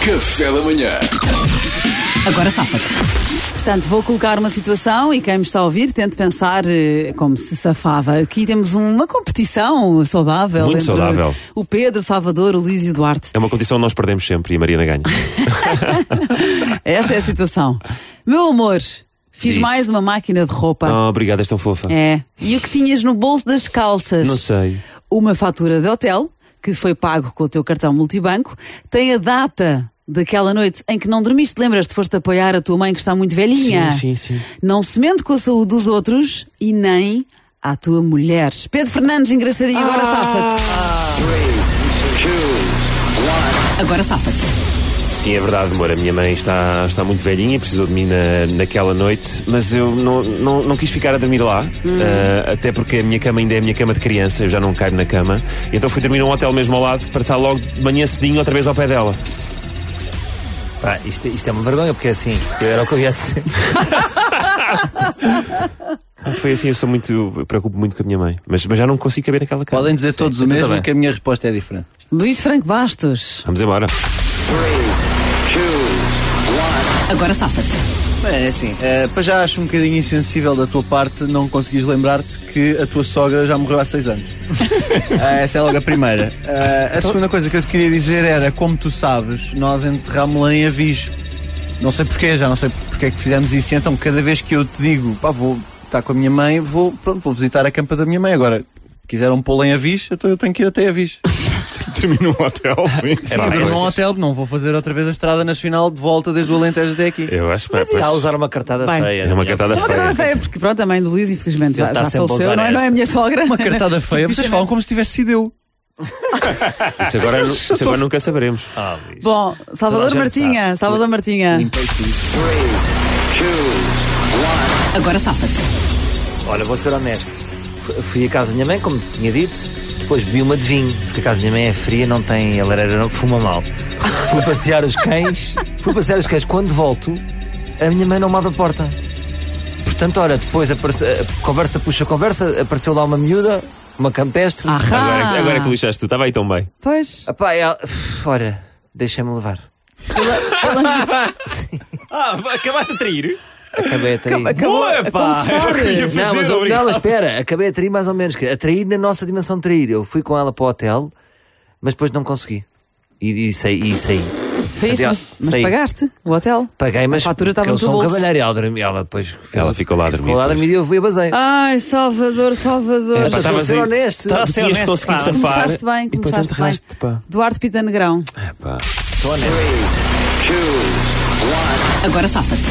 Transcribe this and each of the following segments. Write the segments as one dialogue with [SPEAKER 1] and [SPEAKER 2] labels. [SPEAKER 1] Café da manhã.
[SPEAKER 2] Agora safa-te. Portanto, vou colocar uma situação e quem me está a ouvir tente pensar eh, como se safava. Aqui temos uma competição saudável.
[SPEAKER 3] Muito
[SPEAKER 2] entre
[SPEAKER 3] saudável.
[SPEAKER 2] O Pedro, o Salvador, o Luís e o Duarte.
[SPEAKER 3] É uma competição onde nós perdemos sempre e a Mariana ganha.
[SPEAKER 2] Esta é a situação. Meu amor, fiz
[SPEAKER 3] Diz.
[SPEAKER 2] mais uma máquina de roupa.
[SPEAKER 3] Ah, obrigada, és tão fofa.
[SPEAKER 2] É. E o que tinhas no bolso das calças?
[SPEAKER 3] Não sei.
[SPEAKER 2] Uma fatura de hotel, que foi pago com o teu cartão multibanco, tem a data daquela noite em que não dormiste. Lembras-te, foste apoiar a tua mãe que está muito velhinha?
[SPEAKER 3] Sim, sim, sim.
[SPEAKER 2] Não se mente com a saúde dos outros e nem à tua mulher. Pedro Fernandes, engraçadinho, agora
[SPEAKER 4] Ah!
[SPEAKER 2] safa-te. Agora safa-te.
[SPEAKER 3] Sim, é verdade, amor. A minha mãe está, está muito velhinha e precisou de mim na, naquela noite, mas eu não, não, não quis ficar a dormir lá,
[SPEAKER 5] Hum.
[SPEAKER 3] ah, até porque a minha cama ainda é a minha cama de criança, eu já não caio na cama. Então fui dormir num hotel mesmo ao lado para estar logo de manhã cedinho outra vez ao pé dela.
[SPEAKER 4] Pá, isto, isto é uma vergonha, porque é assim, eu era o que eu ia dizer.
[SPEAKER 3] Foi assim, eu sou muito. Eu preocupo muito com a minha mãe, mas, mas já não consigo caber naquela cama.
[SPEAKER 5] Podem dizer todos o
[SPEAKER 4] então tá
[SPEAKER 5] mesmo
[SPEAKER 4] bem.
[SPEAKER 5] que a minha resposta é diferente.
[SPEAKER 2] Luís Franco Bastos,
[SPEAKER 3] Vamos embora.
[SPEAKER 2] agora safa-te.
[SPEAKER 4] Bem, é assim.
[SPEAKER 5] Eh, para já acho um bocadinho insensível da tua parte não conseguires lembrar-te que a tua sogra já morreu há seis anos. Ah, essa é logo a primeira. Ah, a segunda coisa que eu te queria dizer era, como tu sabes, nós enterrámos-la em aviso. Não sei porquê, já não sei porque é que fizemos isso. E Então, cada vez que eu te digo, pá, vou estar com a minha mãe, vou, pronto, vou visitar a campa da minha mãe. Agora, quiseram pô-la em aviso, então eu tenho que ir até aviso.
[SPEAKER 3] Termino um hotel, sim.
[SPEAKER 4] É
[SPEAKER 5] Sim, durmo num hotel, não vou fazer outra vez a estrada nacional de volta desde o Alentejo até aqui.
[SPEAKER 3] Eu acho que
[SPEAKER 4] Está a usar uma cartada
[SPEAKER 2] Bem.
[SPEAKER 4] feia.
[SPEAKER 3] é uma cartada
[SPEAKER 2] É uma
[SPEAKER 3] feia.
[SPEAKER 2] cartada feia, porque pronto, a mãe do Luís, infelizmente,
[SPEAKER 4] Ele
[SPEAKER 2] já,
[SPEAKER 4] está
[SPEAKER 2] já
[SPEAKER 4] sempre a
[SPEAKER 2] faleceu,
[SPEAKER 4] usar
[SPEAKER 2] não é, não é a
[SPEAKER 4] esta.
[SPEAKER 2] minha sogra.
[SPEAKER 5] Uma cartada feia, vocês falam como se tivesse sido eu.
[SPEAKER 3] Isso agora, isso agora nunca saberemos.
[SPEAKER 4] Ah, Luís.
[SPEAKER 2] Bom,
[SPEAKER 4] Toda a
[SPEAKER 2] Salvador
[SPEAKER 4] gente
[SPEAKER 2] Martinha,
[SPEAKER 4] sabe.
[SPEAKER 2] Salvador Martinha. Agora safa-te.
[SPEAKER 4] Olha, vou ser honesto. F- Fui à casa da minha mãe, como tinha dito, depois bebi uma de vinho, porque a casa da minha mãe é fria, não tem a lareira, não fuma mal. Fui passear os cães, fui passear os cães. Quando volto, a minha mãe não me abre a porta. Portanto, olha, depois aparece, a conversa puxa conversa, apareceu lá uma miúda, uma campestre.
[SPEAKER 2] Ahá.
[SPEAKER 3] Agora, agora é que lixaste tu, estava aí tão bem.
[SPEAKER 2] Ah, Pois.
[SPEAKER 4] Epá, ela... Ora, deixa-me levar.
[SPEAKER 3] Ah, acabaste a trair?
[SPEAKER 4] Acabei a trair.
[SPEAKER 2] Acabou é a
[SPEAKER 3] Ah, é
[SPEAKER 2] confessar.
[SPEAKER 4] Não, mas, não, mas espera, acabei a trair mais ou menos. que A trair na nossa dimensão de trair. Eu fui com ela para o hotel, mas depois não consegui. E, e saí. E saí.
[SPEAKER 2] Saíste, mas, mas
[SPEAKER 4] Saí.
[SPEAKER 2] pagaste o hotel?
[SPEAKER 4] Paguei, mas
[SPEAKER 2] A fatura estava
[SPEAKER 4] porque eu
[SPEAKER 2] no teu
[SPEAKER 4] sou um
[SPEAKER 2] bolso.
[SPEAKER 4] cavalheiro. e Ela, dormi- ela depois fez
[SPEAKER 3] Ela
[SPEAKER 4] o-
[SPEAKER 3] ficou lá a dormir,
[SPEAKER 4] Ficou lá a dormir e eu fui a basei.
[SPEAKER 2] Ai, Salvador,
[SPEAKER 3] É,
[SPEAKER 2] Salvador.
[SPEAKER 4] Mas estou a ser Tá, honesto.
[SPEAKER 3] Tinhas conseguido safar.
[SPEAKER 2] Começaste bem,
[SPEAKER 3] tá e depois
[SPEAKER 2] começaste
[SPEAKER 3] enterraste,
[SPEAKER 2] bem.
[SPEAKER 3] pá.
[SPEAKER 2] Duarte Pita Negrão.
[SPEAKER 3] É, pá.
[SPEAKER 4] Estou honesto.
[SPEAKER 2] Agora safa-te.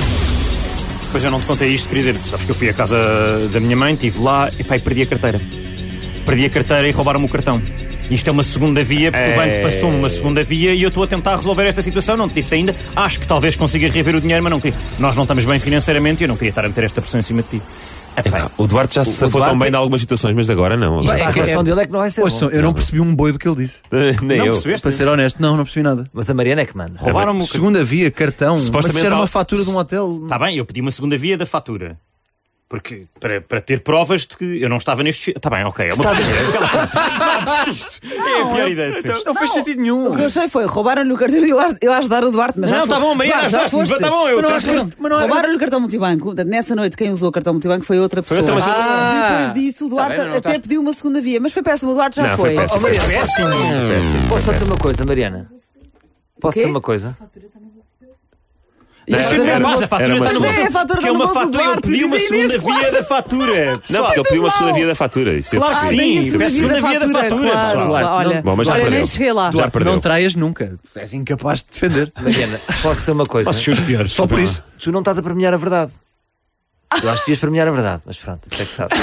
[SPEAKER 6] Pois eu não te contei isto, querido. Tu sabes que eu fui à casa da minha mãe, estive lá e pá, e perdi a carteira. Perdi a carteira e roubaram-me o cartão. Isto é uma segunda via, porque o banco passou-me uma segunda via e eu estou a tentar resolver esta situação. Não te disse ainda. Acho que talvez consiga reaver o dinheiro, mas não queria. Nós não estamos bem financeiramente e eu não queria estar a meter esta pressão em cima de ti.
[SPEAKER 3] Pá, O Duarte já se safou
[SPEAKER 4] Duarte
[SPEAKER 3] tão bem
[SPEAKER 4] é-
[SPEAKER 3] em algumas situações, mas agora não.
[SPEAKER 4] Pá,
[SPEAKER 3] Agora.
[SPEAKER 4] A relação dele é que não vai ser.
[SPEAKER 5] Ouçam,
[SPEAKER 4] bom.
[SPEAKER 5] eu não, percebi um boi do que ele disse.
[SPEAKER 3] Nem
[SPEAKER 6] não
[SPEAKER 3] eu.
[SPEAKER 5] Para
[SPEAKER 6] percebeste?
[SPEAKER 5] ser honesto, não, não percebi nada.
[SPEAKER 4] Mas a Mariana é que manda.
[SPEAKER 6] Roubaram-me o cartão.
[SPEAKER 5] Segunda via, cartão, mas
[SPEAKER 3] Supostamente
[SPEAKER 5] isso era
[SPEAKER 3] tal-
[SPEAKER 5] uma fatura de um hotel.
[SPEAKER 6] Está bem, eu pedi uma segunda via da fatura. Porque, para, para ter provas de que eu não estava neste. Está bem, ok. É uma
[SPEAKER 4] Está-
[SPEAKER 6] é a pior ideia de sempre.
[SPEAKER 5] Não fez sentido nenhum.
[SPEAKER 2] O que eu achei foi, roubaram-lhe o cartão e eu acho- eu a ajudar o Duarte, mas já
[SPEAKER 6] Não,
[SPEAKER 2] foi.
[SPEAKER 6] tá bom, Maria,
[SPEAKER 2] Duarte, já
[SPEAKER 6] ajudaste-me,
[SPEAKER 2] foste.
[SPEAKER 6] tá bom, eu
[SPEAKER 2] Mas não
[SPEAKER 6] acho que
[SPEAKER 2] foste. Roubaram-lhe o cartão multibanco. Portanto, Nessa noite, quem usou o cartão multibanco foi outra pessoa.
[SPEAKER 3] outra pessoa.
[SPEAKER 2] Ah, Depois disso, o Duarte
[SPEAKER 5] Tá bem, não, não
[SPEAKER 2] até
[SPEAKER 5] estás-
[SPEAKER 2] pediu uma segunda via, mas foi péssimo. O Duarte já
[SPEAKER 3] Não, Ah, foi
[SPEAKER 4] Oh,
[SPEAKER 3] péssimo.
[SPEAKER 4] Mariana,
[SPEAKER 6] Péssimo.
[SPEAKER 4] posso só dizer uma coisa, Mariana? Posso dizer uma coisa?
[SPEAKER 2] E
[SPEAKER 3] Não,
[SPEAKER 2] a
[SPEAKER 6] Mas
[SPEAKER 2] fatura
[SPEAKER 3] era-
[SPEAKER 6] é
[SPEAKER 2] no
[SPEAKER 6] capaz,
[SPEAKER 2] bolso.
[SPEAKER 6] a fatura
[SPEAKER 3] era uma
[SPEAKER 6] está no
[SPEAKER 2] Mas é,
[SPEAKER 6] bolso.
[SPEAKER 2] a fatura
[SPEAKER 6] Porque
[SPEAKER 2] está
[SPEAKER 6] é
[SPEAKER 2] no
[SPEAKER 6] uma
[SPEAKER 2] bolso do
[SPEAKER 6] fatura, eu
[SPEAKER 2] Duarte,
[SPEAKER 6] pedi uma
[SPEAKER 2] diz
[SPEAKER 6] segunda
[SPEAKER 2] Inês,
[SPEAKER 6] via da fatura.
[SPEAKER 3] Não, porque ele pediu uma segunda via da fatura. Isso é eu
[SPEAKER 6] Claro que
[SPEAKER 2] Ah,
[SPEAKER 3] percebi.
[SPEAKER 2] daí a
[SPEAKER 6] Sim,
[SPEAKER 2] segunda via da
[SPEAKER 6] segunda via da
[SPEAKER 2] fatura,
[SPEAKER 6] fatura,
[SPEAKER 2] claro.
[SPEAKER 6] pessoal.
[SPEAKER 2] Olha, olha,
[SPEAKER 3] Bom, mas já
[SPEAKER 2] nem
[SPEAKER 3] perdeu.
[SPEAKER 2] cheguei lá.
[SPEAKER 3] Já perdeu.
[SPEAKER 5] Não traias nunca. Tu és incapaz de defender.
[SPEAKER 4] Mariana,
[SPEAKER 5] é
[SPEAKER 4] posso dizer uma coisa?
[SPEAKER 6] Os piores.
[SPEAKER 5] Só por isso.
[SPEAKER 4] Tu não estás a premiar a verdade. Eu acho que devias premiar a verdade, mas pronto, tu é que sabes.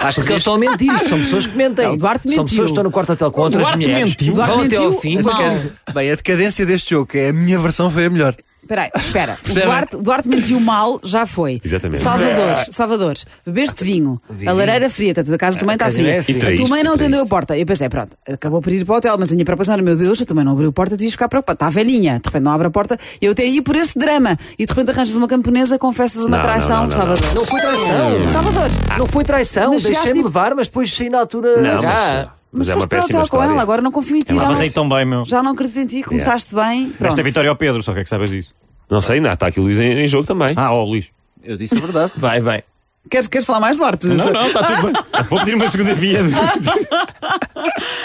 [SPEAKER 4] Acho que eles estão a mentir, isto são pessoas que mentem.
[SPEAKER 2] Não, o Duarte mentiu.
[SPEAKER 4] são pessoas que estão no quarto hotel com
[SPEAKER 2] O
[SPEAKER 4] outras
[SPEAKER 2] Duarte
[SPEAKER 4] mulheres.
[SPEAKER 2] mentiu. O Duarte
[SPEAKER 4] Vão até ao
[SPEAKER 2] mentiu,
[SPEAKER 4] fim.
[SPEAKER 2] mal.
[SPEAKER 4] Quer dizer,
[SPEAKER 5] Bem, a decadência deste jogo, que é a minha versão, foi a melhor.
[SPEAKER 2] Espera aí, espera. O
[SPEAKER 5] Percebem?
[SPEAKER 2] Duarte, o Duarte mentiu mal, já foi.
[SPEAKER 3] Exatamente.
[SPEAKER 2] Salvador, Salvador, bebeste vinho,
[SPEAKER 4] Vinho.
[SPEAKER 2] a lareira fria, tanto da casa da tua mãe
[SPEAKER 3] Ah,
[SPEAKER 2] está
[SPEAKER 4] A
[SPEAKER 2] fria.
[SPEAKER 4] cadeira é fria.
[SPEAKER 3] E
[SPEAKER 2] A tua
[SPEAKER 3] traíste,
[SPEAKER 2] mãe não
[SPEAKER 3] traíste.
[SPEAKER 2] atendeu a porta. Eu pensei, pronto, acabou por ir para o hotel, mas a minha preocupação era, meu Deus, a tua mãe não abriu a porta, devias ficar preocupada. Está velhinha, de repente não abre a porta. Eu até ia por esse drama. E de repente arranjas uma camponesa, confessas uma
[SPEAKER 3] Não,
[SPEAKER 2] traição,
[SPEAKER 3] não, não, não,
[SPEAKER 2] Salvador.
[SPEAKER 4] Não foi traição.
[SPEAKER 2] Salvador,
[SPEAKER 4] Não foi traição,
[SPEAKER 2] Mas chegaste
[SPEAKER 4] deixei-me
[SPEAKER 2] e-
[SPEAKER 4] levar, mas depois saí na altura.
[SPEAKER 3] Não,
[SPEAKER 4] Ah,
[SPEAKER 3] Mas, é uma
[SPEAKER 2] foste
[SPEAKER 3] péssima
[SPEAKER 2] brutal com
[SPEAKER 3] história.
[SPEAKER 2] ela, agora não confio em ti.
[SPEAKER 3] É uma
[SPEAKER 2] já, não,
[SPEAKER 6] Mas aí tão bem, meu.
[SPEAKER 2] já não acredito em ti, começaste bem. Pronto.
[SPEAKER 6] Esta vitória ao Pedro, só que é que sabes isso.
[SPEAKER 3] Não sei, não, está aqui o Luís em, em jogo também.
[SPEAKER 6] Ah, ó, Luís.
[SPEAKER 5] Eu disse a verdade.
[SPEAKER 6] Vai, vai.
[SPEAKER 2] Queres, queres falar mais, Duarte?
[SPEAKER 6] Não, não, está tudo bem. Vou pedir uma segunda via.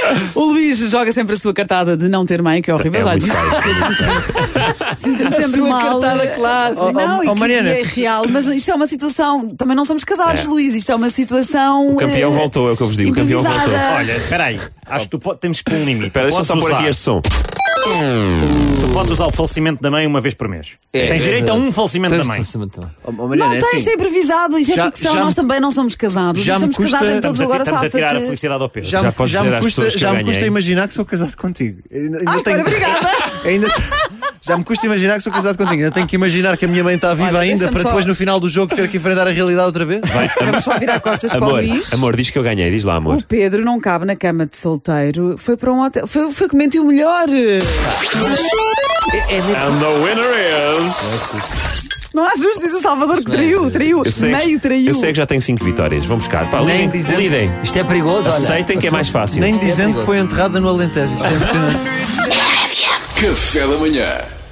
[SPEAKER 2] Ah, O Luís joga sempre a sua cartada de não ter mãe, que é horrível.
[SPEAKER 3] É
[SPEAKER 2] já
[SPEAKER 3] muito
[SPEAKER 2] disse.
[SPEAKER 3] feio.
[SPEAKER 2] Sinto-me sempre
[SPEAKER 5] sua
[SPEAKER 2] mal.
[SPEAKER 5] cartada clássica.
[SPEAKER 2] Não,
[SPEAKER 5] Oh,
[SPEAKER 2] e
[SPEAKER 5] oh,
[SPEAKER 2] que-
[SPEAKER 5] Mariana.
[SPEAKER 2] e é real. Mas isto é uma situação. Também não somos casados,
[SPEAKER 3] É.
[SPEAKER 2] Luís. Isto é uma situação.
[SPEAKER 3] O campeão
[SPEAKER 2] eh,
[SPEAKER 3] voltou, é o que eu vos digo. O campeão
[SPEAKER 2] improvisada.
[SPEAKER 3] voltou.
[SPEAKER 6] Olha, espera aí. Acho que tu po- temos que pôr um limite.
[SPEAKER 3] Espera, deixa eu
[SPEAKER 6] Podes
[SPEAKER 3] só pôr
[SPEAKER 6] usar-
[SPEAKER 3] aqui este som.
[SPEAKER 6] Tu podes usar o falecimento da mãe uma vez por mês.
[SPEAKER 4] É,
[SPEAKER 6] Tens
[SPEAKER 4] é,
[SPEAKER 6] direito a
[SPEAKER 4] é.
[SPEAKER 6] um falecimento da mãe.
[SPEAKER 4] então.
[SPEAKER 5] Oh, oh,
[SPEAKER 2] Não
[SPEAKER 5] Mariana, é
[SPEAKER 2] tens,
[SPEAKER 5] assim.
[SPEAKER 2] é improvisado. Isto é
[SPEAKER 5] Já-
[SPEAKER 2] ficção.
[SPEAKER 5] já me-
[SPEAKER 2] Nós também não somos casados.
[SPEAKER 5] já me
[SPEAKER 2] Somos
[SPEAKER 5] custa-
[SPEAKER 2] casados em todos
[SPEAKER 6] Estamos a-
[SPEAKER 2] agora,
[SPEAKER 6] Estamos a tirar a
[SPEAKER 2] safa-te.
[SPEAKER 6] felicidade ao Pedro.
[SPEAKER 5] Já,
[SPEAKER 3] Já
[SPEAKER 5] me-
[SPEAKER 3] podes
[SPEAKER 5] já
[SPEAKER 3] dizer
[SPEAKER 5] me
[SPEAKER 3] às
[SPEAKER 5] custa,
[SPEAKER 3] pessoas que
[SPEAKER 5] já
[SPEAKER 3] eu
[SPEAKER 5] me custa
[SPEAKER 3] ganhei.
[SPEAKER 5] imaginar que sou casado contigo. Ainda, ainda
[SPEAKER 2] Ai,
[SPEAKER 5] tenho-
[SPEAKER 2] Clara, obrigada.
[SPEAKER 5] ainda- já me custa imaginar que sou casado contigo. Ainda tenho que imaginar que a minha mãe está viva
[SPEAKER 2] Olha,
[SPEAKER 5] ainda
[SPEAKER 2] deixa-me
[SPEAKER 5] para
[SPEAKER 2] só-
[SPEAKER 5] depois no final do jogo ter que enfrentar a realidade outra vez.
[SPEAKER 2] Vamos só virar costas para o
[SPEAKER 3] Amor,
[SPEAKER 2] Luís.
[SPEAKER 3] amor, diz que eu ganhei, diz lá, amor.
[SPEAKER 2] O Pedro não cabe na cama de solteiro. Foi para um hotel. Foi, foi que mentiu melhor.
[SPEAKER 3] And the winner is.
[SPEAKER 2] Não há justo, diz o Salvador que traiu. Traiu.
[SPEAKER 3] Eu sei,
[SPEAKER 2] Meio traiu.
[SPEAKER 3] eu sei que já tem 5 vitórias. Vamos buscar. Pá,
[SPEAKER 5] Nem
[SPEAKER 3] lidem,
[SPEAKER 5] dizendo-
[SPEAKER 3] lidem.
[SPEAKER 4] Isto é perigoso, olha.
[SPEAKER 3] Aceitem que é mais fácil.
[SPEAKER 5] Nem dizendo que foi enterrada no Alentejo. Isto é impressionante.
[SPEAKER 1] Café da Manhã